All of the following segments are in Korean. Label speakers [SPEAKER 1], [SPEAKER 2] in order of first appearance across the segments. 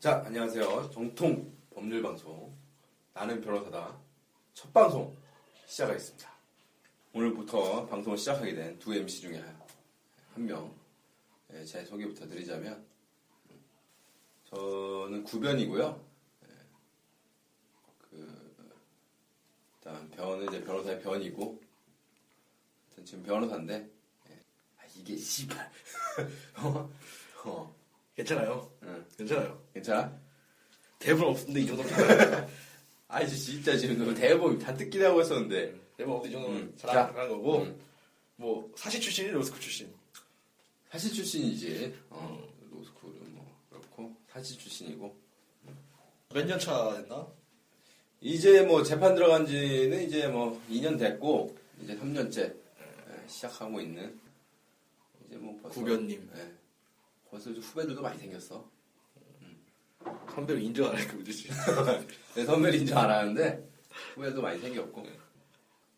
[SPEAKER 1] 자, 안녕하세요. 정통 법률 방송 나는 변호사다 첫 방송 시작하겠습니다. 오늘부터 방송을 시작하게 된 두 MC 중에 한 명. 예, 제 소개부터 드리자면 저는 구변이고요. 예, 그 일단 변은 이제 변호사의 변이고 일단 지금 변호사인데 예, 아, 이게 씨발 어? 어,
[SPEAKER 2] 괜찮아요.
[SPEAKER 1] 응.
[SPEAKER 2] 괜찮아요.
[SPEAKER 1] 괜찮아?
[SPEAKER 2] 대본 없는데 이 정도로 잘하는
[SPEAKER 1] 아 진짜 지금 너무 대본 다 뜯기다 하고 했었는데
[SPEAKER 2] 대본 없는데 이 정도로
[SPEAKER 1] 음. 자.
[SPEAKER 2] 잘하는 거고
[SPEAKER 1] 음.
[SPEAKER 2] 뭐 사시 출신이 로스쿨 출신.
[SPEAKER 1] 사시 출신이지 어, 로스쿨은 뭐 그렇고 사시 출신이고
[SPEAKER 2] 몇 년 차 됐나?
[SPEAKER 1] 이제 뭐 재판 들어간 지는 이제 뭐 2년 됐고 이제 3년째 예, 시작하고 있는 이제 뭐 벌써
[SPEAKER 2] 구변님.
[SPEAKER 1] 예. 벌써 이제 후배들도 많이 생겼어
[SPEAKER 2] 선배로 인정 안 할까 그 우지
[SPEAKER 1] 내 선배인 줄 알았는데 후배도 많이 생겼고 예.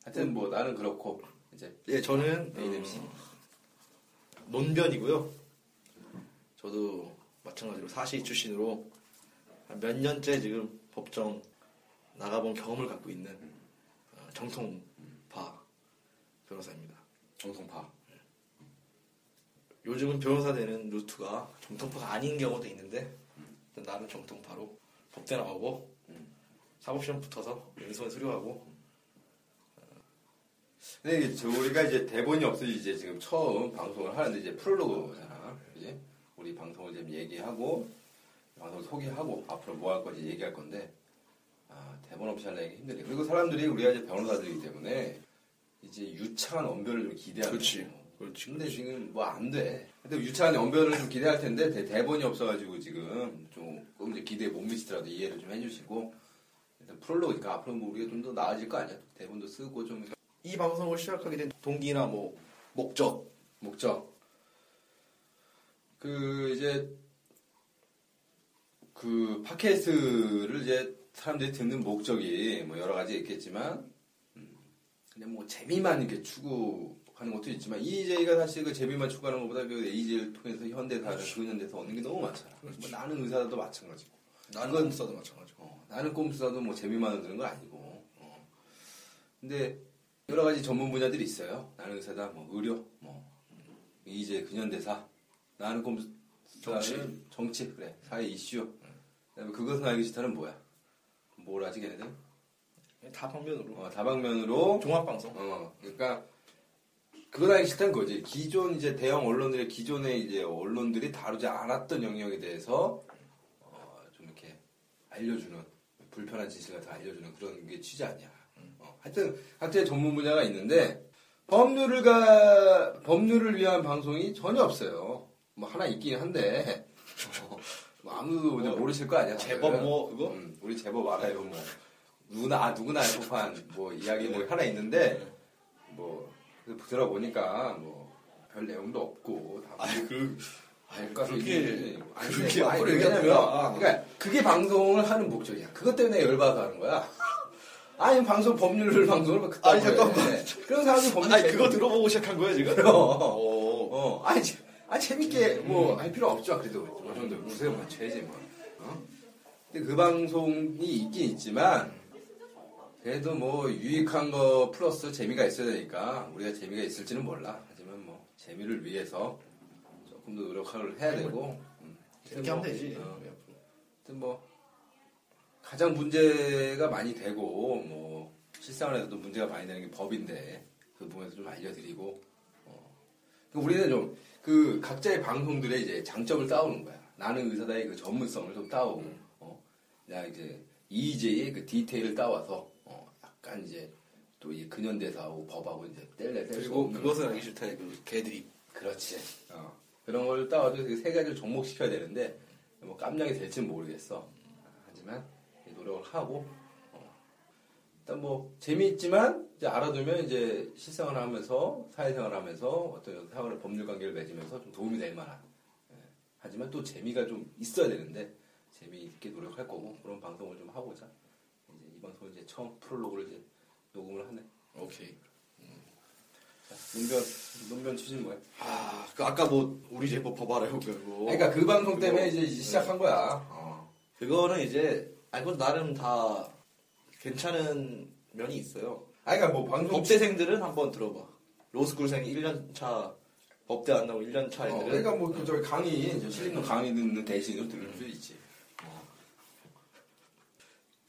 [SPEAKER 1] 하여튼 뭐 나는 그렇고 이제
[SPEAKER 2] 예, 저는
[SPEAKER 1] 네, 냄새.
[SPEAKER 2] 논변이고요. 저도 마찬가지로 사시 출신으로 한 몇 년째 지금 법정 나가본 경험을 갖고 있는 어, 정통파 변호사입니다. 예.
[SPEAKER 1] 정통파
[SPEAKER 2] 요즘은 변호사 되는 루트가 정통파가 아닌 경우도 있는데 일단 나는 정통파로 법대 나오고
[SPEAKER 1] 음.
[SPEAKER 2] 사법시험 붙어서 왼손 수료하고
[SPEAKER 1] 근데 이게 저 우리가 이제 대본이 없어 이제 지금 처음 방송을 하는데 이제 프롤로그잖아. 이제 우리 방송을 좀 얘기하고 방송 소개하고 앞으로 뭐 할 건지 얘기할 건데 아 대본 없이 하려기 힘드네. 그리고 사람들이 우리가 이제 변호사들이기 때문에 이제 유창한 언변을 좀 기대하는.
[SPEAKER 2] 그렇지.
[SPEAKER 1] 거고.
[SPEAKER 2] 그렇지
[SPEAKER 1] 근데 지금 뭐 안 돼. 근데 유창한 언변을 좀 기대할 텐데 대- 대본이 없어가지고 지금 조금 이제 기대에 못 미치더라도 이해를 좀 해주시고 일단 프롤로그니까 앞으로 뭐 우리가 좀 더 나아질 거 아니야. 대본도 쓰고 좀
[SPEAKER 2] 이 방송을 시작하게 된 동기나 뭐 목적
[SPEAKER 1] 목적. 그 이제 그 팟캐스트를 이제 사람들이 듣는 목적이 뭐 여러 가지 있겠지만 음, 그냥 뭐 재미만 이렇게 추구하는 것도 있지만 EJ가 사실 그 재미만 추구하는 것보다 그 EJ를 통해서 현대사를 근현대사 얻는 게 너무 많잖아. 뭐
[SPEAKER 2] 그렇죠. 그렇지.
[SPEAKER 1] 나는 의사도 마찬가지고.
[SPEAKER 2] 나는 검사도 마찬가지고
[SPEAKER 1] 어, 나는 꼼수사도 뭐 재미만 드는 건 아니고. 어. 근데 여러 가지 전문 분야들이 있어요. 나는 의사다, 뭐 의료, 뭐 이제 근현대사, 나는 꼼수
[SPEAKER 2] 정치.
[SPEAKER 1] 정치 그래 사회 이슈. 그다음에 그것은 알기 싫다는 뭐야? 뭘 하지 걔네들?
[SPEAKER 2] 다 방면으로
[SPEAKER 1] 어, 다방면으로.
[SPEAKER 2] 종합방송
[SPEAKER 1] 어, 그러니까 그건 알기 싫다는 거지. 기존 이제 대형 언론들의 기존의 이제 언론들이 다루지 않았던 영역에 대해서 어, 좀 이렇게 알려주는 불편한 지식 같은 거 알려주는 그런 게 취지 아니야. 어, 하여튼 각자의 전문 분야가 있는데 법률을 가 법률을 위한 방송이 전혀 없어요. 뭐 하나 있긴 한데 뭐 아무도 이제
[SPEAKER 2] 뭐,
[SPEAKER 1] 모르실 거 아니야.
[SPEAKER 2] 제법
[SPEAKER 1] 다들.
[SPEAKER 2] 뭐 그거 네.
[SPEAKER 1] 음, 우리 제법 알아요 뭐 누구나 아, 누구나 알 법한 뭐 이야기 뭐 하나
[SPEAKER 2] 네.
[SPEAKER 1] 있는데 뭐 그래서 들어보니까 뭐 별 내용도 없고 다
[SPEAKER 2] 아니 그
[SPEAKER 1] 알까
[SPEAKER 2] 그렇게
[SPEAKER 1] 아니,
[SPEAKER 2] 그렇게
[SPEAKER 1] 아니,
[SPEAKER 2] 앞으로
[SPEAKER 1] 왜냐면,
[SPEAKER 2] 얘기하면
[SPEAKER 1] 그러니까 그게 방송을 하는 목적이야 그것 때문에 열받아서 하는 거야 아니 방송 법률 방송을 그
[SPEAKER 2] 아니, 잠깐만.
[SPEAKER 1] 그런 사람들 법률
[SPEAKER 2] 아니 그거 들어보고 시작한 거야 지금
[SPEAKER 1] 들어
[SPEAKER 2] 어.
[SPEAKER 1] 어 아니 재- 아니, 재밌게 뭐 할 필요 없죠 그래도 어느 정도 무슨 뭐 죄지 뭐 어? 근데 그 방송이 있긴 있지만 그래도 뭐 유익한 거 플러스 재미가 있어야 되니까 우리가 재미가 있을지는 몰라 하지만 뭐 재미를 위해서 조금 더 노력을 해야 되고 음.
[SPEAKER 2] 이렇게 하면 되지
[SPEAKER 1] 어. 하여튼 뭐 가장 문제가 많이 되고 뭐 실생활에서도 문제가 많이 되는 게 법인데 그 부분에서 좀 알려드리고 어. 그 우리는 좀 그 각자의 방송들의 이제 장점을 따오는 거야. 나는 의사다의 그 전문성을 좀 따오고
[SPEAKER 2] 음.
[SPEAKER 1] 어. 나 이제 EJ의 그 디테일을 따와서 어. 약간 이제 또 이 근현대사하고 법하고 이제 뗄래 뗄수
[SPEAKER 2] 그리고
[SPEAKER 1] 없는
[SPEAKER 2] 그것은 알기 싫다 그 개들이
[SPEAKER 1] 그렇지. 어. 그런 걸 따와서 그세 가지를 접목시켜야 되는데 뭐 깜냥이 될지는 모르겠어. 하지만 노력을 하고 어. 일단 뭐 재미있지만 이제 알아두면 이제 실생활 하면서 사회생활 하면서 어떤 사회를 법률 관계를 맺으면서 좀 도움이 될 만한. 예. 하지만 또 재미가 좀 있어야 되는데 재미있게 노력할 거고 그런 방송을 좀 하고자 이제 이 방송을 이제 처음 프롤로그를 이제 녹음을 하네.
[SPEAKER 2] 오케이
[SPEAKER 1] 자, 논변 논변 추진 뭐야?
[SPEAKER 2] 아, 그 아까 뭐 우리 제법 법알아요 그거.
[SPEAKER 1] 그러니까 그 방송 때문에
[SPEAKER 2] 그거. 어.
[SPEAKER 1] 이제 시작한 거야.
[SPEAKER 2] 그거는 이제 아 그건 나름 다 괜찮은 면이 있어요.
[SPEAKER 1] 아니 그러니까 뭐 방송
[SPEAKER 2] 법대생들은 한번 들어봐. 로스쿨생이 1년 차 법대 안 나오고 1년 차
[SPEAKER 1] 어,
[SPEAKER 2] 애들은
[SPEAKER 1] 그러니까 뭐 그 저기 강의 이제 실리는 강의 듣는 대신으로 들을 수 있지.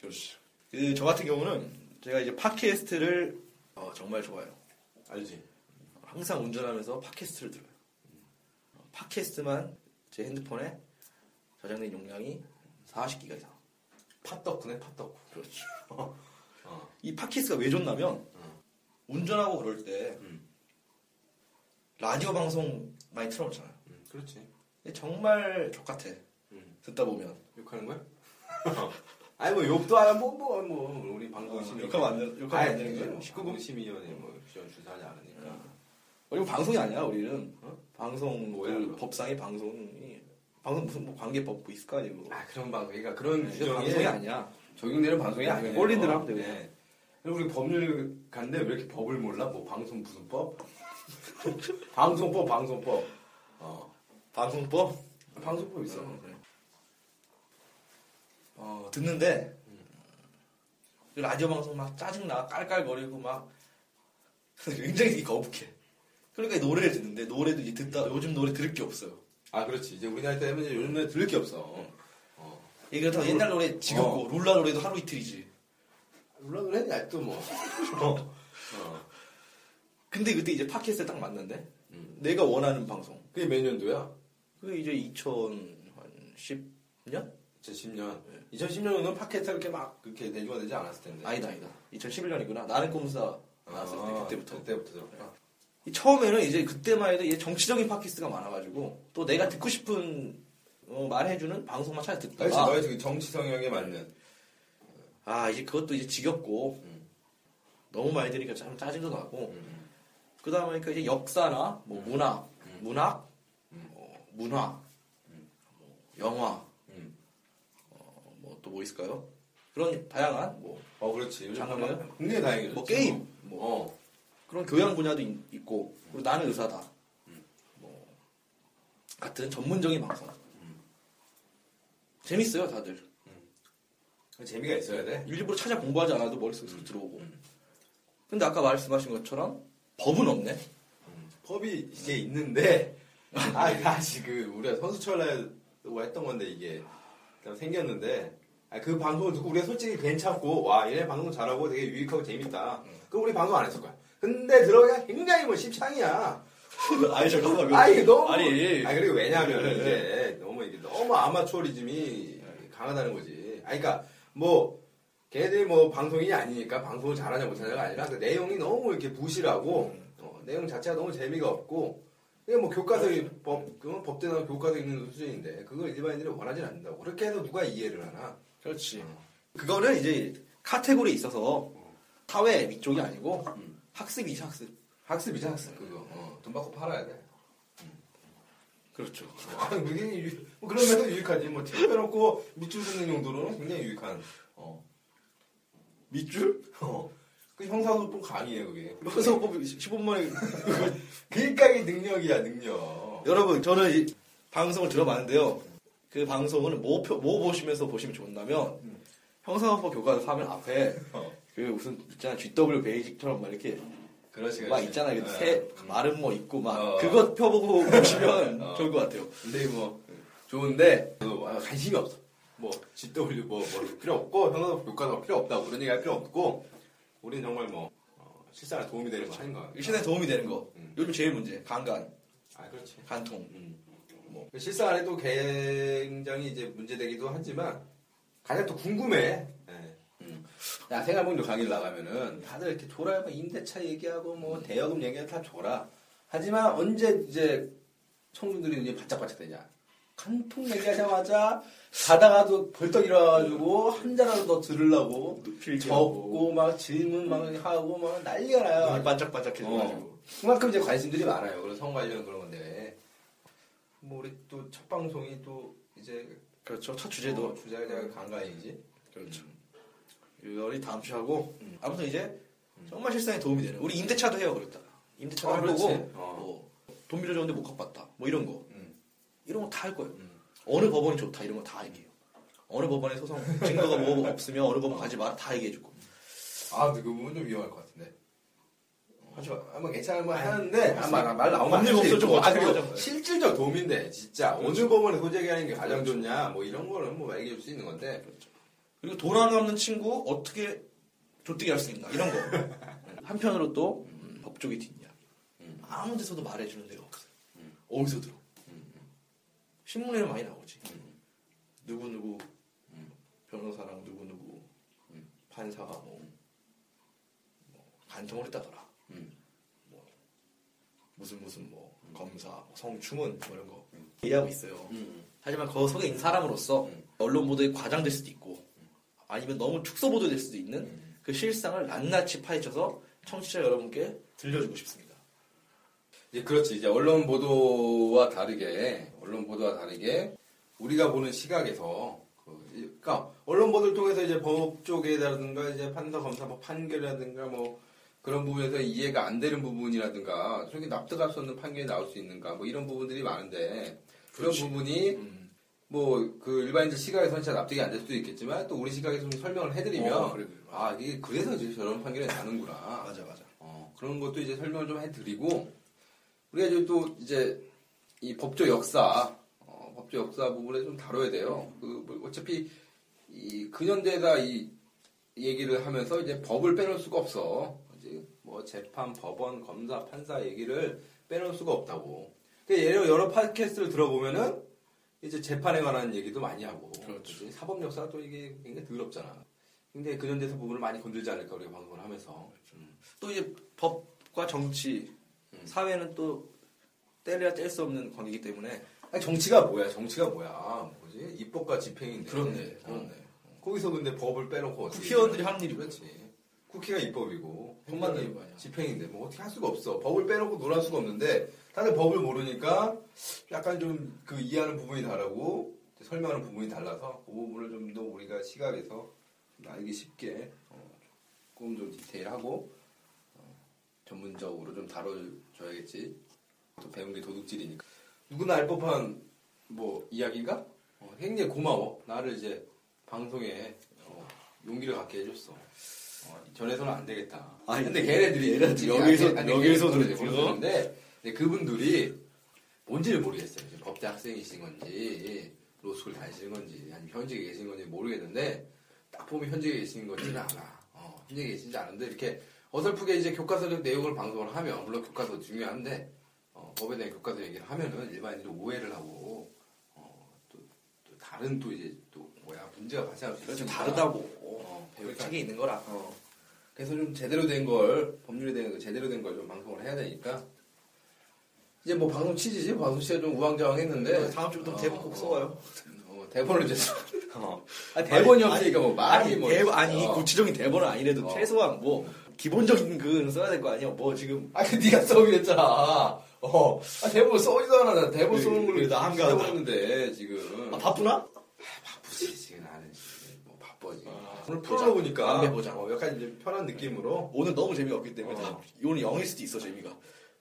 [SPEAKER 2] 그렇죠. 그, 저 같은 경우는 제가 이제 팟캐스트를 어, 정말 좋아해요.
[SPEAKER 1] 알지?
[SPEAKER 2] 항상 운전하면서 팟캐스트를 들어요. 팟캐스트만 제 핸드폰에 저장된 용량이 40기가 이상.
[SPEAKER 1] 팥덕후네 팥덕후.
[SPEAKER 2] 그렇죠.
[SPEAKER 1] 어.
[SPEAKER 2] 이 팟캐스트가 왜 좋냐면 운전하고 그럴 때
[SPEAKER 1] 음.
[SPEAKER 2] 라디오 방송 많이 틀어놓잖아요.
[SPEAKER 1] 음, 그렇지.
[SPEAKER 2] 근데 정말 족같아.
[SPEAKER 1] 음.
[SPEAKER 2] 듣다 보면.
[SPEAKER 1] 욕하는 거야? 아니 뭐 욕도 안 하고 뭐뭐 뭐, 우리 방송 심의.
[SPEAKER 2] 욕하면 안 되는, 욕하면 안 되는 거예요.
[SPEAKER 1] 19금 심의위원회 뭐 시원 주사하지 않으니까.
[SPEAKER 2] 아. 그리고 방송이 아니야 우리는
[SPEAKER 1] 어?
[SPEAKER 2] 방송
[SPEAKER 1] 뭐야,
[SPEAKER 2] 그
[SPEAKER 1] 그럼?
[SPEAKER 2] 법상의 방송이 방송 무슨 뭐 관계법 뭐 있을 거 아니고
[SPEAKER 1] 아 그런 방송, 그러니까 그런
[SPEAKER 2] 이게 방송이
[SPEAKER 1] 규정이
[SPEAKER 2] 아니야
[SPEAKER 1] 적용되는 방송이 아니에요.
[SPEAKER 2] 꼴린들 하면 돼요.
[SPEAKER 1] 네. 그리고 우리 법률가인데 왜 이렇게 법을 몰라? 뭐 방송 무슨 법? 방송법, 방송법. 어,
[SPEAKER 2] 방송법
[SPEAKER 1] 방송법 있어.
[SPEAKER 2] 어, 그래. 어, 듣는데 그 라디오 방송 막 짜증나 깔깔거리고 막 굉장히 거북해 그러니까 이 노래를 듣는데 노래도 이제 듣다 요즘 노래 들을 게 없어요
[SPEAKER 1] 아 그렇지. 이제 우리나라 때문에 이제 요즘에 들을 게 없어. 어.
[SPEAKER 2] 이게 그렇다고 옛날 노래 지겹고 룰라 노래도 하루 이틀이지
[SPEAKER 1] 물론 그래, 아직도 뭐.
[SPEAKER 2] 어.
[SPEAKER 1] 어.
[SPEAKER 2] 근데 그때 이제 팟캐스트 딱 만났는데
[SPEAKER 1] 음.
[SPEAKER 2] 내가 원하는 방송
[SPEAKER 1] 그게 몇 년도야?
[SPEAKER 2] 그게 이제 2010년?
[SPEAKER 1] 2010년.
[SPEAKER 2] 네.
[SPEAKER 1] 2010년은 팟캐스트가 이렇게 막 그렇게 대중화 되지 않았을 텐데.
[SPEAKER 2] 아니다 아니다 2011년이구나 나는 꼼수다 나왔을 때
[SPEAKER 1] 아,
[SPEAKER 2] 그때부터
[SPEAKER 1] 그때부터 들었구나.
[SPEAKER 2] 이 처음에는 이제 그때만 해도 이게 정치적인 팟캐스트가 많아가지고 또 내가 듣고 싶은 어, 말해주는 방송만 네. 찾아
[SPEAKER 1] 그렇지,
[SPEAKER 2] 듣다가
[SPEAKER 1] 너의 지금 정치 성향에 맞는.
[SPEAKER 2] 아 이제 그것도 이제 지겹고
[SPEAKER 1] 음.
[SPEAKER 2] 너무 많이 들으니까 참 짜증도 나고
[SPEAKER 1] 음.
[SPEAKER 2] 그러다 보니까 이제 역사나 뭐 문학
[SPEAKER 1] 음.
[SPEAKER 2] 문학
[SPEAKER 1] 음.
[SPEAKER 2] 뭐 문화 뭐 영화
[SPEAKER 1] 음.
[SPEAKER 2] 뭐 또 뭐 있을까요? 그런 다양한 뭐
[SPEAKER 1] 어, 그렇지. 요즘
[SPEAKER 2] 장르요?
[SPEAKER 1] 보면 굉장히 다행이죠.
[SPEAKER 2] 뭐 게임,
[SPEAKER 1] 뭐. 어.
[SPEAKER 2] 그런 교양 분야도 있- 있고 그리고 나는 의사다 뭐 같은 전문적인 방송 음. 재밌어요 다들
[SPEAKER 1] 재미가 있어야 돼.
[SPEAKER 2] 일부러 찾아 공부하지 않아도 머릿속에서 들어오고 근데 아까 말씀하신 것처럼 법은 없네
[SPEAKER 1] 법이 이제 있는데 아 다시 그 우리가 선수철라고 했던 건데 이게 그냥 생겼는데 아, 그 방송을 듣고 우리가 솔직히 괜찮고 와 얘네 방송 잘하고 되게 유익하고 재밌다 그럼 우리 방송 안 했을 거야 근데 들어가 굉장히 뭐 십창이야
[SPEAKER 2] 아니 잠깐만
[SPEAKER 1] 아니 너무
[SPEAKER 2] 아니
[SPEAKER 1] 아, 그리고 왜냐하면
[SPEAKER 2] 네,
[SPEAKER 1] 이제 너무 이게 너무 아마추어리즘이 강하다는 거지 아 그러니까 뭐 걔들 뭐 방송인이 아니니까 방송을 잘하냐 못하냐가 아니라 그 내용이 너무 이렇게 부실하고 어, 내용 자체가 너무 재미가 없고 이게 뭐
[SPEAKER 2] 네.
[SPEAKER 1] 교과서에 법 그건 법대 나온 교과서 있는 수준인데 그걸 일반인들이 원하진 않는다고 그렇게 해서 누가 이해를 하나?
[SPEAKER 2] 그렇지 그거는 이제 카테고리에 있어서 사회 위쪽이 아니고
[SPEAKER 1] 음.
[SPEAKER 2] 학습이죠 학습
[SPEAKER 1] 학습이지 학습 그거 어, 돈 받고 팔아야 돼.
[SPEAKER 2] 그렇죠
[SPEAKER 1] 아, 그게 유, 뭐 그런 면에서 유익하지 뭐 TV 빼놓고 밑줄 긋는 용도로는 굉장히 유익한. 어.
[SPEAKER 2] 밑줄?
[SPEAKER 1] 어. 그 형사소법 강의예요 그게.
[SPEAKER 2] 여기서 법 15분만에
[SPEAKER 1] 그러니까 이게 능력이야 능력.
[SPEAKER 2] 여러분 저는 이 방송을 들어봤는데요. 그 방송은 뭐, 표- 뭐 보시면서 보시면 좋냐면
[SPEAKER 1] 음.
[SPEAKER 2] 형사법 교과서 화면 앞에
[SPEAKER 1] 어.
[SPEAKER 2] 그 무슨 있잖아 GW 베이직처럼 막 이렇게
[SPEAKER 1] 그렇지 그렇지.
[SPEAKER 2] 막 있잖아 그
[SPEAKER 1] 어.
[SPEAKER 2] 새 말은 뭐 있고 막
[SPEAKER 1] 어.
[SPEAKER 2] 그것 펴보고 보시면
[SPEAKER 1] 어.
[SPEAKER 2] 좋을 것 같아요.
[SPEAKER 1] 근데 뭐 좋은데 저도 아, 관심이 없어. 뭐 GW 뭐, 뭐 필요 없고 현업 교과서 필요 없다고 그런 얘기할 필요 없고 우리는 정말 뭐 어, 실생활에 도움이 되는 거 하는 거.
[SPEAKER 2] 일신에 도움이 되는 거.
[SPEAKER 1] 음.
[SPEAKER 2] 요즘 제일 문제 간간,
[SPEAKER 1] 아 그렇지.
[SPEAKER 2] 간통.
[SPEAKER 1] 음. 뭐 실생활에도 굉장히 이제 문제되기도 하지만 가장 또 궁금해. 예. 야 생활복지로 강의를 나가면은 다들 이렇게 졸아요. 뭐 임대차 얘기하고 뭐 대여금 얘기하고 다 졸아. 하지만 언제 이제 청중들이 눈이 바짝바짝 되냐. 간통 얘기하자마자 자다가도 벌떡 일어나가지고 한 잔이라도 더
[SPEAKER 2] 뭐,
[SPEAKER 1] 들으려고 적고 막 질문 막 하고 막 난리가
[SPEAKER 2] 눈이
[SPEAKER 1] 나요.
[SPEAKER 2] 반짝반짝해져가지고
[SPEAKER 1] 네. 어. 그만큼 이제 관심들이 많아요. 그런 성 관련 그런 건데. 뭐 우리 또 첫 방송이 또 이제 어,
[SPEAKER 2] 그렇죠. 첫
[SPEAKER 1] 주제도
[SPEAKER 2] 주제도
[SPEAKER 1] 주제가 제가 강가이지.
[SPEAKER 2] 그렇죠. 요리 다음 주 하고
[SPEAKER 1] 음.
[SPEAKER 2] 아무튼 이제 정말 실상에 도움이 되는 우리 임대차도 해요 그랬다 임대차도
[SPEAKER 1] 아,
[SPEAKER 2] 할
[SPEAKER 1] 그렇지.
[SPEAKER 2] 거고
[SPEAKER 1] 어.
[SPEAKER 2] 뭐, 돈 빌려줬는데 못 갚았다 뭐 이런 거
[SPEAKER 1] 음.
[SPEAKER 2] 이런 거 다 할 거예요
[SPEAKER 1] 음.
[SPEAKER 2] 어느 법원이 좋다 이런 거 다 얘기해요 어느 법원에 소송 증거가 뭐 없으면 어느 법원 가지 마라 다 얘기해줄 거.
[SPEAKER 1] 아, 근데 그 부분 좀 위험할 것 같은데. 하지만 아마 괜찮을 만 하는데 아마 나말 나오면
[SPEAKER 2] 법률
[SPEAKER 1] 할 수도
[SPEAKER 2] 없어져,
[SPEAKER 1] 있고. 아,
[SPEAKER 2] 어쩌고
[SPEAKER 1] 그리고
[SPEAKER 2] 하자고요.
[SPEAKER 1] 실질적 도움인데 진짜 어느 법원에 소재게 하는 게 가장 좋냐 뭐 이런 거는 뭐 얘기해 줄 수 있는 건데
[SPEAKER 2] 그리고 돈 하나 없는 친구 어떻게 조뜨기 할 수 있나 이런 거. 한편으로 또 음, 법조계 뒷이야. 음.
[SPEAKER 1] 음.
[SPEAKER 2] 아무 데서도 말해주는 데가 없어요. 어디서 들어? 음, 신문에는 많이 나오지. 누구 누구
[SPEAKER 1] 음.
[SPEAKER 2] 변호사랑 누구 누구
[SPEAKER 1] 음.
[SPEAKER 2] 판사가 뭐, 뭐 간통을 했다더라.
[SPEAKER 1] 음.
[SPEAKER 2] 뭐 무슨 무슨 뭐 검사 뭐 성추문 뭐 이런 거 얘기하고 있어요. 하지만 그 속에 있는 사람으로서
[SPEAKER 1] 음.
[SPEAKER 2] 언론 보도에 과장될 수도 있고 아니면 너무 축소 보도될 수도 있는
[SPEAKER 1] 음.
[SPEAKER 2] 그 실상을 낱낱이 파헤쳐서 청취자 여러분께 들려주고 싶습니다.
[SPEAKER 1] 이제 그렇지 이제 언론 보도와 다르게 언론 보도와 다르게 우리가 보는 시각에서 그, 이- 그러니까 언론 보도를 통해서 이제 법 쪽에라든가 이제 판사 검사 뭐 판결이라든가 뭐 그런 부분에서 이해가 안 되는 부분이라든가 저게 납득할 수 없는 판결이 나올 수 있는가 뭐 이런 부분들이 많은데 그런
[SPEAKER 2] 그렇지. 음.
[SPEAKER 1] 부분이 뭐 그 일반인들 시각에서는 진짜 납득이 안 될 수도 있겠지만 또 우리 시각에 좀 설명을 해드리면
[SPEAKER 2] 어, 그래, 그래.
[SPEAKER 1] 아 이게 그래서 이제 저런 판결이 나는구나
[SPEAKER 2] 맞아 맞아.
[SPEAKER 1] 어, 그런 것도 이제 설명을 좀 해드리고 우리가 이제 또 이제 이 법조 역사 어, 법조 역사 부분에 좀 다뤄야 돼요. 그뭐 어차피 이 근현대사 이 얘기를 하면서 이제 법을 빼놓을 수가 없어. 이제 뭐 재판, 법원, 검사, 판사 얘기를 빼놓을 수가 없다고. 그러니까 예를 여러 팟캐스트를 들어보면은 이제 재판에 관한 얘기도 많이 하고.
[SPEAKER 2] 그렇죠.
[SPEAKER 1] 이제 사법 역사 또 이게 굉장히 더럽잖아. 근데 근현대사 부분을 많이 건들지 않을까 우리가 방송을 하면서.
[SPEAKER 2] 그렇죠. 또 이제 법과 정치
[SPEAKER 1] 음.
[SPEAKER 2] 사회는 또 뗄래야 뗄 수 없는 관계이기 때문에
[SPEAKER 1] 아니, 정치가 뭐야? 정치가 뭐야? 뭐지? 입법과 집행인데.
[SPEAKER 2] 그렇네, 그렇네.
[SPEAKER 1] 어. 거기서 근데 법을 빼놓고 어떻게
[SPEAKER 2] 국회의원들이 하는 일이
[SPEAKER 1] 그렇지. 국회가 입법이고
[SPEAKER 2] 돈 받는
[SPEAKER 1] 행정이
[SPEAKER 2] 거 아니야.
[SPEAKER 1] 집행인데 뭐 어떻게 할 수가 없어. 법을 빼놓고 놀 할 수가 없는데 다들 법을 모르니까 약간 좀 그 이해하는 부분이 다르고 설명하는 부분이 달라서 그 부분을 좀 더 우리가 시각에서 좀 알기 쉽게 어, 조금 좀 디테일하고 어, 전문적으로 좀 다뤄줘야겠지. 또 배운 게 도둑질이니까 누구나 알 법한 뭐 이야기인가? 어, 굉장히 고마워. 나를 이제 방송에 어, 용기를 갖게 해줬어. 어, 전에서는 안 되겠다.
[SPEAKER 2] 아니,
[SPEAKER 1] 근데 걔네들이
[SPEAKER 2] 얘네들이
[SPEAKER 1] 이렇게
[SPEAKER 2] 여기서-
[SPEAKER 1] 안 돼- 안
[SPEAKER 2] 여기서
[SPEAKER 1] 되겠다고 이제
[SPEAKER 2] 들었죠.
[SPEAKER 1] 그러는데 이제 그분들이 뭔지를 모르겠어요. 지금 법대 학생이신 건지 로스쿨 다니시는 건지 아니면 현직에 계신 건지 모르겠는데 딱 보면 현직에 계신 건지는 알아. 어, 현직에 계신지 아는데 이렇게 어설프게 이제 교과서적 내용을 방송을 하면 물론 교과서 중요한데 어, 법에 대한 교과서 얘기를 하면은 일반인들이 오해를 하고 어, 또, 또 다른 또 이제 또 뭐야 문제가 발생할 수
[SPEAKER 2] 그래서
[SPEAKER 1] 있으니까
[SPEAKER 2] 다르다고
[SPEAKER 1] 아, 그렇죠. 어,
[SPEAKER 2] 배울
[SPEAKER 1] 그러니까.
[SPEAKER 2] 책이 있는 거라.
[SPEAKER 1] 어. 그래서 좀 제대로 된 걸 법률에 대한 거 제대로 된 걸 좀 방송을 해야 되니까 이제 뭐 방송 취지지 방송 취지가 좀 우왕좌왕했는데
[SPEAKER 2] 다음 주부터
[SPEAKER 1] 어,
[SPEAKER 2] 대본
[SPEAKER 1] 어.
[SPEAKER 2] 꼭 써와요.
[SPEAKER 1] 어, 대본을 이제 써- 아, 대본이
[SPEAKER 2] 아니,
[SPEAKER 1] 없으니까 뭐 말이
[SPEAKER 2] 아니,
[SPEAKER 1] 뭐
[SPEAKER 2] 대본, 아니
[SPEAKER 1] 어.
[SPEAKER 2] 구체적인 대본은 아니래도
[SPEAKER 1] 어.
[SPEAKER 2] 최소한 뭐 기본적인 그는 써야 될 거 아니야. 뭐 지금
[SPEAKER 1] 아, 그 네가 써오기로 했잖아. 어, 아, 대본 써오지도 않아. 나 대본 써오는 걸로
[SPEAKER 2] 나 한가하다.
[SPEAKER 1] 써봤는데 지금
[SPEAKER 2] 아, 바쁘나?
[SPEAKER 1] 바쁘지 지금 나는 지금 뭐 바빠지.
[SPEAKER 2] 아,
[SPEAKER 1] 오늘
[SPEAKER 2] 보자.
[SPEAKER 1] 풀어보니까
[SPEAKER 2] 담배 보자.
[SPEAKER 1] 어, 약간 이제 편한 느낌으로.
[SPEAKER 2] 오늘 너무 재미없기 때문에
[SPEAKER 1] 어.
[SPEAKER 2] 다, 오늘 0일 수도 있어 재미가.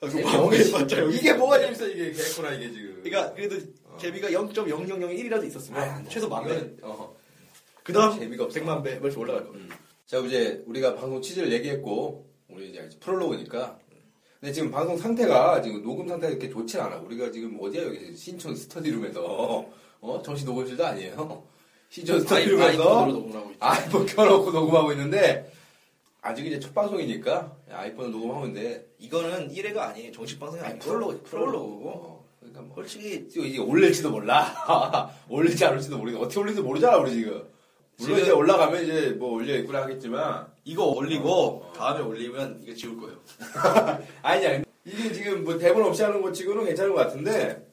[SPEAKER 1] 아,
[SPEAKER 2] 아,
[SPEAKER 1] 재미없지.
[SPEAKER 2] 맞자 여기.
[SPEAKER 1] 이게 뭐가 재밌어 이게 개코나 이게 지금.
[SPEAKER 2] 그러니까 그래도 재미가 0.0001이라도 있었으면
[SPEAKER 1] 아, 안 돼.
[SPEAKER 2] 최소 만 배.
[SPEAKER 1] 이거는, 어.
[SPEAKER 2] 그 다음
[SPEAKER 1] 재미가 없어.
[SPEAKER 2] 100만 배 벌써 올라갈 거야.
[SPEAKER 1] 자 이제 우리가 방송 취지를 얘기했고 우리 이제 프롤로그니까. 근데 지금 방송 상태가 지금 녹음 상태가 이렇게 좋진 않아. 우리가 지금 어디야 여기 신촌 스터디룸에서 어 정신 녹음실도 아니에요. 신촌 스터디룸에서
[SPEAKER 2] 아이폰으로 녹음하고 있죠.
[SPEAKER 1] 아이폰 켜놓고 녹음하고 있는데 아직 이제 첫 방송이니까 아이폰을 녹음하고 있는데
[SPEAKER 2] 이거는 1회가 아니에요. 정식 방송이 아니고
[SPEAKER 1] 프롤로그
[SPEAKER 2] 프롤로그고.
[SPEAKER 1] 어, 그러니까 뭐
[SPEAKER 2] 솔직히
[SPEAKER 1] 지금 이게 올릴지도 몰라 올릴지 안 올릴지도 모르겠 어떻게 올릴지 모르잖아 우리 지금 물론 이제 올라가면 이제 뭐 올려 있구나 하겠지만
[SPEAKER 2] 이거 올리고 다음에 올리면 이거 지울 거예요.
[SPEAKER 1] 아니야 이게 지금 뭐 대본 없이 하는 것 치고는 괜찮은 것 같은데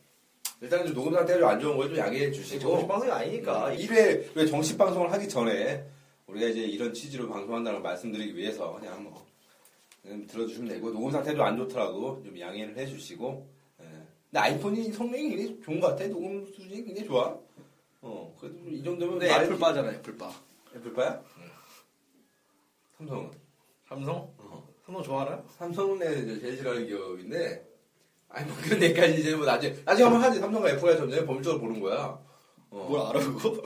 [SPEAKER 1] 일단 좀 녹음 상태가 좀 안 좋은 거좀 양해해 주시고
[SPEAKER 2] 정식 방송이 아니니까.
[SPEAKER 1] 1회 그러니까 왜 정식 방송을 하기 전에 우리가 이제 이런 취지로 방송한다는 걸 말씀드리기 위해서 그냥 뭐 음, 들어주시면 되고 녹음 상태도 안 좋더라도 좀 양해를 해주시고 예. 근데 아이폰이 성능이 굉장히 좋은 것 같아 녹음 수준이 굉장히 좋아 어 그래도 좀이 정도면
[SPEAKER 2] 근데
[SPEAKER 1] 말-
[SPEAKER 2] 네. 애플바잖아 애플바.
[SPEAKER 1] 애플바야? 삼성은
[SPEAKER 2] 삼성?
[SPEAKER 1] 어.
[SPEAKER 2] 삼성 좋아하나요?
[SPEAKER 1] 삼성은 이제 제일 싫어하는 기업인데 아니 뭐 그런 얘기까지 이제 뭐 나중에 나중에 한번 하지 삼성과 애플과 점점 법률적으로 보는 거야 어.
[SPEAKER 2] 뭘 알아 그거?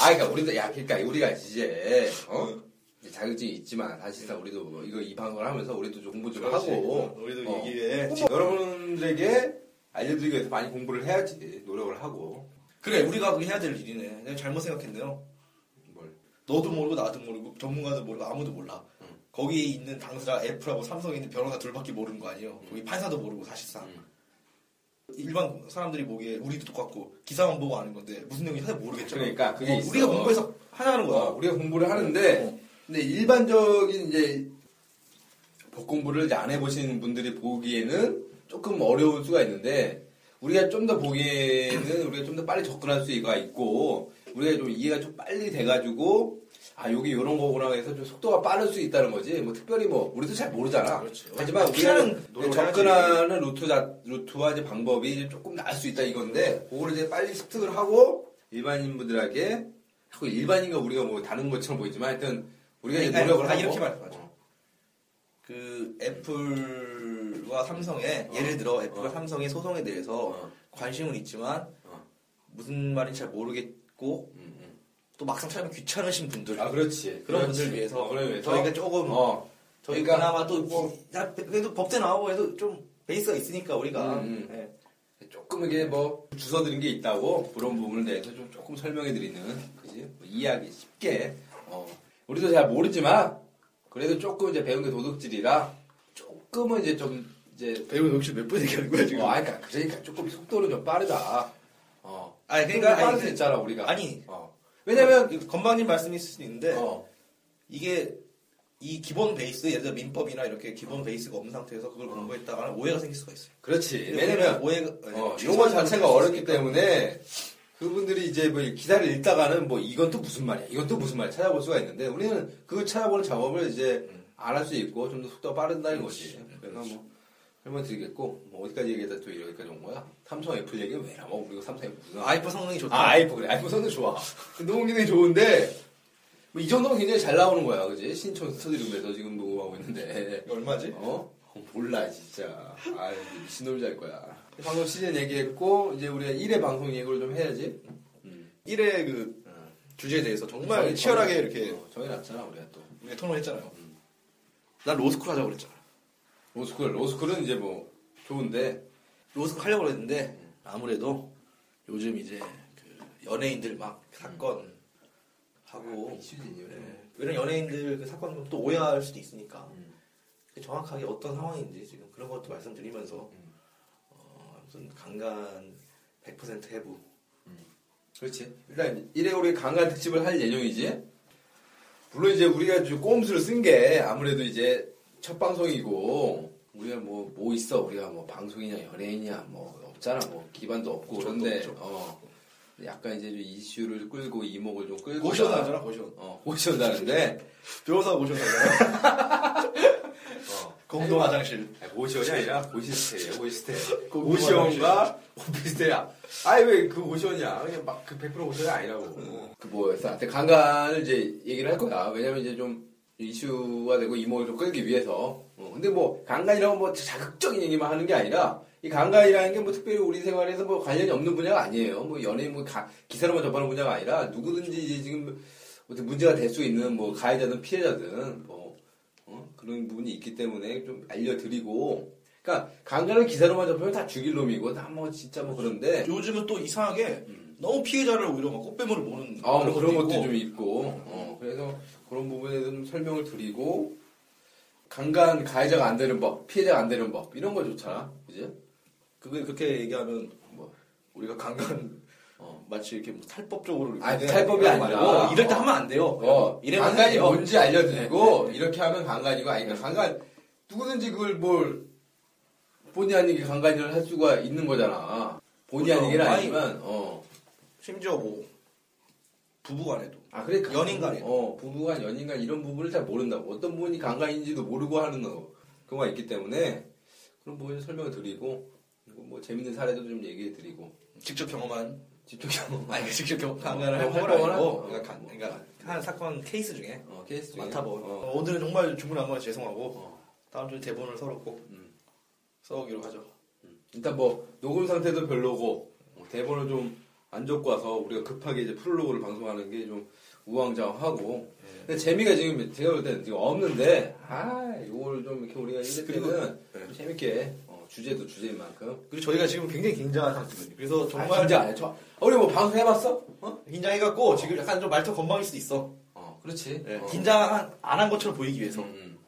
[SPEAKER 1] 아, 그러니까 우리도 야, 그러니까 우리가 이제 어 이제 자격증이 있지만 사실상 우리도 뭐 이거 이 방송을 하면서 우리도 좀 공부 좀 하고
[SPEAKER 2] 어, 우리도
[SPEAKER 1] 어.
[SPEAKER 2] 이 기회에
[SPEAKER 1] 지- 여러분들에게 알려드리기 위해서 많이 공부를 해야지 노력을 하고
[SPEAKER 2] 그래 우리가 그게 해야 될 일이네 내가 잘못 생각했네요
[SPEAKER 1] 뭘
[SPEAKER 2] 너도 모르고 나도 모르고 전문가도 모르고 아무도 몰라 거기에 있는 당사자 애플하고 삼성에 있는 변호사 둘밖에 모르는 거 아니에요 거기 판사도 모르고 사실상
[SPEAKER 1] 음.
[SPEAKER 2] 일반 사람들이 보기에 우리도 똑같고 기사만 보고 아는 건데 무슨 내용인지 사실 모르겠죠
[SPEAKER 1] 그러니까 그게
[SPEAKER 2] 어,
[SPEAKER 1] 있어.
[SPEAKER 2] 우리가 공부해서 하자는 거야
[SPEAKER 1] 어, 우리가 공부를 하는데
[SPEAKER 2] 어.
[SPEAKER 1] 근데 일반적인 이제 법 공부를 이제 안 해보신 분들이 보기에는 조금 어려울 수가 있는데 우리가 좀 더 보기에는 우리가 좀 더 빨리 접근할 수가 있고 우리가 좀 이해가 좀 빨리 돼가지고 아 여기 이런 거구나 해서 좀 속도가 빠를 수 있다는 거지 뭐 특별히 뭐 우리도 잘 모르잖아
[SPEAKER 2] 그렇죠.
[SPEAKER 1] 하지만
[SPEAKER 2] 피하는
[SPEAKER 1] 우리는
[SPEAKER 2] 노력을
[SPEAKER 1] 접근하는 루트 자, 루트와 이제 방법이 이제 조금 나을 수 있다 이건데 그거를 이제 빨리 습득을 하고 일반인분들에게 자꾸 일반인과 우리가 뭐 다른 것처럼 보이지만 하여튼 우리가 이제
[SPEAKER 2] 아니,
[SPEAKER 1] 노력을
[SPEAKER 2] 아,
[SPEAKER 1] 하고
[SPEAKER 2] 이렇게 말해봐죠. 그 애플과 삼성의
[SPEAKER 1] 어.
[SPEAKER 2] 예를 들어
[SPEAKER 1] 어.
[SPEAKER 2] 애플과 삼성의 소송에 대해서
[SPEAKER 1] 어.
[SPEAKER 2] 관심은 있지만
[SPEAKER 1] 어.
[SPEAKER 2] 무슨 말인지 잘 모르겠고
[SPEAKER 1] 음, 음.
[SPEAKER 2] 또 막상 찾으면 귀찮으신 분들
[SPEAKER 1] 아 그렇지
[SPEAKER 2] 그런
[SPEAKER 1] 그렇지.
[SPEAKER 2] 분들 위해서
[SPEAKER 1] 어, 그런 위해서
[SPEAKER 2] 저희가 조금
[SPEAKER 1] 어,
[SPEAKER 2] 저희
[SPEAKER 1] 그러니까
[SPEAKER 2] 그나마 또 뭐, 야, 그래도 법대 나오고 해도 좀 베이스가 있으니까 우리가
[SPEAKER 1] 음, 음.
[SPEAKER 2] 예.
[SPEAKER 1] 조금 이게 뭐 주워드린 게 있다고 그런 부분에 대해서 좀 조금 설명해 드리는 그지 뭐 이해하기 쉽게 어, 우리도 잘 모르지만 그래도 조금 이제 배운 게 도둑질이라 조금은 이제 좀 이제
[SPEAKER 2] 배우 역시 몇 분 얘기하는 거야
[SPEAKER 1] 어, 아니, 그러니까, 그러니까 조금 속도는 좀 빠르다. 어.
[SPEAKER 2] 아니
[SPEAKER 1] 그러니까
[SPEAKER 2] 그러니까
[SPEAKER 1] 빠를 수
[SPEAKER 2] 아니,
[SPEAKER 1] 있잖아 우리가.
[SPEAKER 2] 아니. 네.
[SPEAKER 1] 어.
[SPEAKER 2] 왜냐면
[SPEAKER 1] 왜냐면
[SPEAKER 2] 이거 건방진 말씀이 있을 수 있는데
[SPEAKER 1] 어.
[SPEAKER 2] 이게 이 기본 베이스 예를 들어 민법이나 이렇게 기본 베이스가 없는 상태에서 그걸 공부했다가는 오해가 생길 수가 있어요.
[SPEAKER 1] 그렇지. 어. 예, 왜냐면
[SPEAKER 2] 오해가
[SPEAKER 1] 어,
[SPEAKER 2] 네,
[SPEAKER 1] 용어
[SPEAKER 2] 최소한
[SPEAKER 1] 자체가
[SPEAKER 2] 생길 수
[SPEAKER 1] 어렵기
[SPEAKER 2] 있으니까.
[SPEAKER 1] 때문에 그분들이 이제 뭐 기사를 읽다가는 뭐 이건 또 무슨 말이야, 이건 또 무슨 말이야 찾아볼 수가 있는데 우리는 그 찾아보는 작업을 이제
[SPEAKER 2] 음.
[SPEAKER 1] 안 할 수 있고 좀 더 속도가 빠른다는 거지. 그래서 뭐 설명 드리겠고 뭐 어디까지 얘기했다 또 여기까지 온 거야. 삼성 애플 얘기는 왜 나와? 우리가 삼성 애플 무슨
[SPEAKER 2] 아이폰 성능이 좋다.
[SPEAKER 1] 아, 아이폰 그래. 아이폰 선도 좋아. 너무 기능이 좋은데 뭐 이 정도면 굉장히 잘 나오는 거야, 그지? 신촌 스터디룸에서 지금 녹음하고 있는데.
[SPEAKER 2] 이거 얼마지?
[SPEAKER 1] 어? 몰라 진짜. 아, 미친놈 잘 거야. 방금 시즌 얘기했고 이제 우리가 1회 방송 얘기를 좀 해야지. 음.
[SPEAKER 2] 1의 그 주제에 대해서 정말
[SPEAKER 1] 정해-
[SPEAKER 2] 치열하게
[SPEAKER 1] 정해-
[SPEAKER 2] 이렇게
[SPEAKER 1] 어, 정해놨잖아 우리가 또.
[SPEAKER 2] 우리가 네, 토론했잖아요. 음. 난 로스쿨 하자고 그랬잖아.
[SPEAKER 1] 로스쿨, 로스쿨은 이제 뭐 좋은데
[SPEAKER 2] 로스쿨 하려고 그랬는데
[SPEAKER 1] 음.
[SPEAKER 2] 음. 아무래도 요즘 이제 그 연예인들 막 사건 하고
[SPEAKER 1] 아, 시즌이 래
[SPEAKER 2] 네. 이런 연예인들 그 사건 또 오해할 수도 있으니까
[SPEAKER 1] 음.
[SPEAKER 2] 정확하게 어떤 상황인지 지금 그런 것도 말씀드리면서 어, 무슨 강간 100% 해부
[SPEAKER 1] 그렇지. 일단 1회 우리 강간 특집을 할 예정이지. 물론 이제 우리가 좀 꼼수를 쓴 게 아무래도 이제 첫 방송이고 우리가 뭐 뭐 있어 우리가 뭐 방송이냐 연예인이냐 뭐 없잖아 뭐 기반도 없고
[SPEAKER 2] 저도
[SPEAKER 1] 그런데
[SPEAKER 2] 없죠.
[SPEAKER 1] 어 약간 이제 좀 이슈를 끌고 이목을 좀 끌고
[SPEAKER 2] 고시원 하잖아 고시원
[SPEAKER 1] 어 고시원다는데
[SPEAKER 2] 변호사 고시원 하잖아
[SPEAKER 1] 어
[SPEAKER 2] 공동 화장실
[SPEAKER 1] 아니, 고시원이 아니라 고시스텔이야 고시스텔
[SPEAKER 2] 고-
[SPEAKER 1] 고시원과 오피스텔이야 아니 왜 그 고시원이야 그냥 막 그 100% 고시원이 아니라고 그 뭐였어 하여튼 강간을 이제 얘기를 할 거야 왜냐면 이제 좀 이슈가 되고 이목을 좀 끌기 위해서 어, 근데 뭐 강간이라고 뭐 자극적인 얘기만 하는 게 아니라 이 강간이라는 게 뭐 특별히 우리 생활에서 뭐 관련이 없는 분야가 아니에요 뭐 연예인 뭐 가- 기사로만 접하는 분야가 아니라 누구든지 이제 지금 어떻게 문제가 될 수 있는 뭐 가해자든 피해자든 뭐 어? 그런 부분이 있기 때문에 좀 알려드리고 그러니까 강간을 기사로만 접하면 다 죽일 놈이고 다 뭐 진짜 뭐 그런데
[SPEAKER 2] 네. 요즘은 또 이상하게 너무 피해자를 오히려 막 꽃뱀으로 보는
[SPEAKER 1] 어, 뭐 그런
[SPEAKER 2] 있고.
[SPEAKER 1] 것도 좀 있고 어, 그래서 그런 부분에 좀 설명을 드리고 강간 가해자가 안 되는 법 피해자가 안 되는 법 이런 거 좋잖아 그지?
[SPEAKER 2] 그게 그렇게 얘기하면
[SPEAKER 1] 뭐.
[SPEAKER 2] 우리가 강간
[SPEAKER 1] 어.
[SPEAKER 2] 마치 이렇게 뭐 탈법적으로 이렇게
[SPEAKER 1] 아니, 탈법이
[SPEAKER 2] 하는 거
[SPEAKER 1] 아니라.
[SPEAKER 2] 네, 말고 이럴 때
[SPEAKER 1] 어.
[SPEAKER 2] 하면 안 돼요.
[SPEAKER 1] 어,
[SPEAKER 2] 이래면 뭐 안
[SPEAKER 1] 강간이
[SPEAKER 2] 돼요.
[SPEAKER 1] 뭔지 알려드리고 이렇게 하면 강간이고 아니 그러니까 강간 누구든지 그걸 뭘 본의 아니게 강간을 할 수가 있는 거잖아 본의
[SPEAKER 2] 그렇죠.
[SPEAKER 1] 아니게는
[SPEAKER 2] 아니.
[SPEAKER 1] 아니지만 어.
[SPEAKER 2] 심지어 뭐 부부간에도
[SPEAKER 1] 아, 그래. 그
[SPEAKER 2] 연인 간에.
[SPEAKER 1] 어, 부부간, 연인 간 이런 부분을 잘 모른다고. 어떤 부분이 강간인지도 모르고 하는 거, 경우가 있기 때문에 그런 부분 설명을 드리고, 그리고 뭐 재밌는 사례도 좀 얘기해 드리고.
[SPEAKER 2] 직접 경험한
[SPEAKER 1] 직접 경험.
[SPEAKER 2] 아니 직접 경험
[SPEAKER 1] 어,
[SPEAKER 2] 강간을 한
[SPEAKER 1] 활동을
[SPEAKER 2] 거라고
[SPEAKER 1] 한- 어,
[SPEAKER 2] 그러니까, 간-
[SPEAKER 1] 뭐.
[SPEAKER 2] 그러니까 한 사건 케이스 중에
[SPEAKER 1] 어, 케이스 중에.
[SPEAKER 2] 맡아본
[SPEAKER 1] 어.
[SPEAKER 2] 어, 오늘은 정말 주문 안 받아 죄송하고
[SPEAKER 1] 어.
[SPEAKER 2] 다음 주에 대본을 서로 꼭
[SPEAKER 1] 음.
[SPEAKER 2] 써오기로 하죠.
[SPEAKER 1] 일단 뭐, 녹음 상태도 별로고, 뭐 대본을 좀, 안 좋고 와서 우리가 급하게 이제 프롤로그를 방송하는 게 좀 우왕좌왕하고
[SPEAKER 2] 예.
[SPEAKER 1] 근데 재미가 지금 제가 볼 때는 지금 없는데 아 이걸 좀 이렇게 우리가 읽을
[SPEAKER 2] 그리고-
[SPEAKER 1] 때는
[SPEAKER 2] 네.
[SPEAKER 1] 좀 재밌게 어, 주제도 주제인 만큼
[SPEAKER 2] 그리고 저희가 지금 굉장히 긴장한 상태거든요. 그래서
[SPEAKER 1] 정말
[SPEAKER 2] 정말
[SPEAKER 1] 아, 진짜 아니야 저- 우리 뭐 방송 해봤어? 어?
[SPEAKER 2] 긴장해갖고 지금 약간 좀 말투 건방일 수도 있어.
[SPEAKER 1] 어 그렇지
[SPEAKER 2] 예,
[SPEAKER 1] 어.
[SPEAKER 2] 긴장 안 한 것처럼 보이기 위해서.
[SPEAKER 1] 음.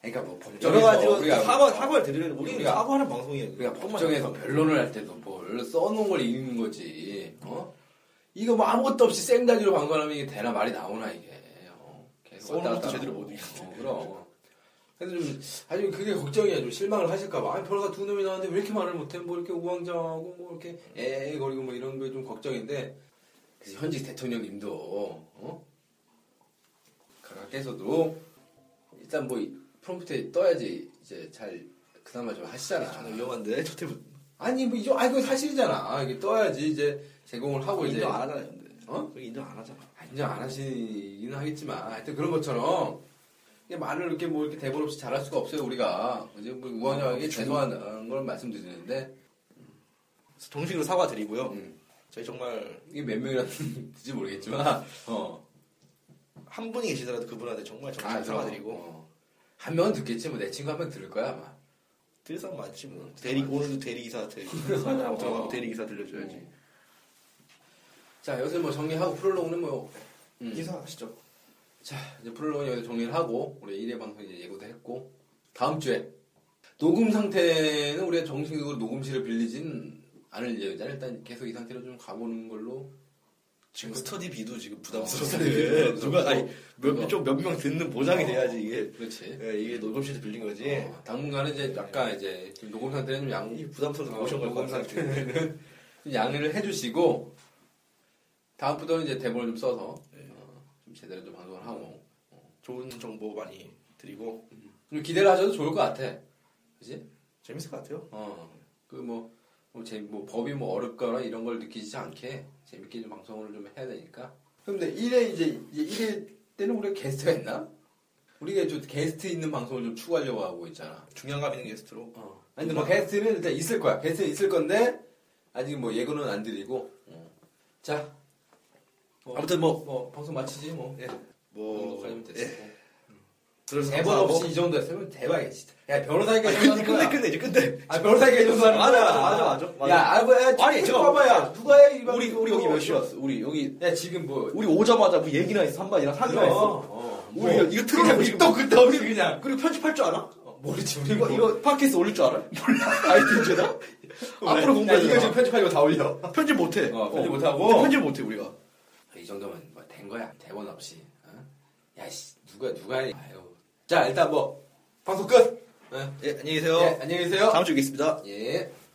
[SPEAKER 1] 그러니까 뭐
[SPEAKER 2] 여러
[SPEAKER 1] 법정에서
[SPEAKER 2] 가지로
[SPEAKER 1] 우리가
[SPEAKER 2] 사과 사과를 드리는 우리는
[SPEAKER 1] 우리가-
[SPEAKER 2] 사과하는 방송이에요.
[SPEAKER 1] 우리가
[SPEAKER 2] 정말.
[SPEAKER 1] 법정에서 변론을 할 때도 뭘 써놓은 걸 읽는 거지. 어? 이거 뭐 아무것도 없이 생다지로 방관하면 이게 되나 말이 나오나 이게. 어, 계속
[SPEAKER 2] 써놓은
[SPEAKER 1] 왔다
[SPEAKER 2] 것도
[SPEAKER 1] 갔다
[SPEAKER 2] 제대로
[SPEAKER 1] 하고.
[SPEAKER 2] 못 읽겠네.
[SPEAKER 1] 어, 그럼. 근데 좀 아니 그게 걱정이야. 좀 실망을 하실까봐. 아니 별거 두 놈이 나왔는데 왜 이렇게 말을 못해? 뭐 이렇게 우왕좌왕하고 뭐 이렇게 애거리고 뭐 이런 게 좀 걱정인데. 그래서 현직 대통령님도 어? 각각께서도 일단 뭐 이- 프롬프트에 떠야지 이제 잘 그나마 좀 하시잖아.
[SPEAKER 2] 정말 위험한데 첫 해부터
[SPEAKER 1] 아니 네, 뭐 이거 아이고 사실이잖아. 이게 떠야지 이제 제공을 하고 이제
[SPEAKER 2] 인정 안 하잖아요. 근데.
[SPEAKER 1] 어?
[SPEAKER 2] 그게 인정 안 하잖아.
[SPEAKER 1] 아, 인정 안 하시긴 하겠지만 하여튼 그런 것처럼 이게 말을 이렇게 뭐 이렇게 대본 없이 잘할 수가 없어요 우리가 이제 뭐 우왕좌왕하게 죄송한 걸 말씀드리는데
[SPEAKER 2] 그래서 정식으로 사과드리고요.
[SPEAKER 1] 음,
[SPEAKER 2] 저희 정말
[SPEAKER 1] 이게 몇 명이라든지 모르겠지만 어.
[SPEAKER 2] 한 분이 계시더라도 그분한테 정말 정식
[SPEAKER 1] 아,
[SPEAKER 2] 으로 사과드리고
[SPEAKER 1] 어. 한 명은 듣겠지 뭐 내 친구 한 명 들을 거야 아마
[SPEAKER 2] 들을 사람 많지 뭐. 대리 오늘도 대리 기사 대리
[SPEAKER 1] 뭐.
[SPEAKER 2] 사장 들어가고 대리 기사
[SPEAKER 1] 음.
[SPEAKER 2] 들려줘야지.
[SPEAKER 1] 자 요새 뭐 정리하고 프롤로그는 뭐 음.
[SPEAKER 2] 기사 하시죠.
[SPEAKER 1] 자, 이제 프롤로그 여기서 정리를 하고 우리 1회 방송 이제 예고도 했고 다음 주에 녹음 상태는 우리가 정식으로 녹음실을 빌리진 않을 예정이잖아. 일단 계속 이 상태로 좀 가보는 걸로.
[SPEAKER 2] 지금 스터디 비도 지금
[SPEAKER 1] 어, 그 스터디 비도
[SPEAKER 2] 부담스럽네.
[SPEAKER 1] 부담스럽고.
[SPEAKER 2] 누가 아니
[SPEAKER 1] 누가.
[SPEAKER 2] 몇좀몇 명 듣는 보장이
[SPEAKER 1] 어.
[SPEAKER 2] 돼야지 이게
[SPEAKER 1] 그렇지.
[SPEAKER 2] 예, 이게 녹음실에서 빌린 거지.
[SPEAKER 1] 어, 당분간은 이제 약간 이제 지금 녹음 상태는 좀 양,
[SPEAKER 2] 이 부담스러운
[SPEAKER 1] 어,
[SPEAKER 2] 모션 걸
[SPEAKER 1] 녹음
[SPEAKER 2] 거는 상태.
[SPEAKER 1] 좀 양해를 해주시고 다음부터는 이제 대본을 좀 써서
[SPEAKER 2] 네.
[SPEAKER 1] 어, 좀 제대로 좀 방송을 하고
[SPEAKER 2] 좋은 정보 많이 드리고
[SPEAKER 1] 좀 기대를 하셔도 좋을 것 같아. 그지?
[SPEAKER 2] 재밌을 것 같아요.
[SPEAKER 1] 어, 그뭐 뭐, 재- 뭐 법이 뭐 어렵거나 이런 걸 느끼지 않게 재밌게 좀 방송을 좀 해야 되니까. 근데 1회 이제 이제 1회 때는 우리가 게스트가 있나? 우리가 저 게스트 있는 방송을 좀 추구하려고 하고 있잖아.
[SPEAKER 2] 중량감 있는 게스트로
[SPEAKER 1] 어. 아니 근데 뭐 게스트는 일단 있을 거야. 게스트는 있을 건데 아직 뭐 예고는 안 드리고. 어. 자. 뭐,
[SPEAKER 2] 아무튼 뭐,
[SPEAKER 1] 뭐 방송 마치지 뭐.
[SPEAKER 2] 예.
[SPEAKER 1] 이
[SPEAKER 2] 뭐
[SPEAKER 1] 정도까지면 됐어.
[SPEAKER 2] 들어서
[SPEAKER 1] 예.
[SPEAKER 2] 아,
[SPEAKER 1] 대본 없이 이 정도 했으면 대박이지. 야 변호사니까
[SPEAKER 2] 근데
[SPEAKER 1] 정도하는 거야.
[SPEAKER 2] 근데 근데 이제 근데
[SPEAKER 1] 아 변호사에게 죄송하는
[SPEAKER 2] 맞아,
[SPEAKER 1] 거야.
[SPEAKER 2] 맞아, 맞아, 맞아.
[SPEAKER 1] 야, 아, 뭐, 야,
[SPEAKER 2] 아니,
[SPEAKER 1] 지금
[SPEAKER 2] 저-
[SPEAKER 1] 봐봐야 누가 해 이거.
[SPEAKER 2] 우리 우리 여기 몇 시 왔어? 우리 여기
[SPEAKER 1] 야 지금 뭐
[SPEAKER 2] 우리 오자마자 뭐 얘기나 했어 한 번이랑 상의나 했어.
[SPEAKER 1] 어,
[SPEAKER 2] 우리
[SPEAKER 1] 뭐,
[SPEAKER 2] 이거 틀어놓고
[SPEAKER 1] 우리
[SPEAKER 2] 지금-
[SPEAKER 1] 또 그때 우리 그냥
[SPEAKER 2] 그리고 편집할 줄 알아?
[SPEAKER 1] 어, 모르지 우리
[SPEAKER 2] 이거
[SPEAKER 1] 뭐.
[SPEAKER 2] 이거 팟캐스트 올릴 줄 알아? 몰라. 아이튠즈에다 앞으로
[SPEAKER 1] 어, 야,
[SPEAKER 2] 공부해.
[SPEAKER 1] 이거 지금 편집하려고 다 올려.
[SPEAKER 2] 편집 못해.
[SPEAKER 1] 어, 편집 못하고.
[SPEAKER 2] 편집 못해 우리가.
[SPEAKER 1] 이 정도면 뭐 된 거야 대본 없이. 어? 야씨 누가 누가 해. 아유. 자 일단 뭐 방송 끝. 예,
[SPEAKER 2] 예 안녕히 계세요.
[SPEAKER 1] 안녕히 계세요.
[SPEAKER 2] 다음 주에 뵙겠습니다.
[SPEAKER 1] 예.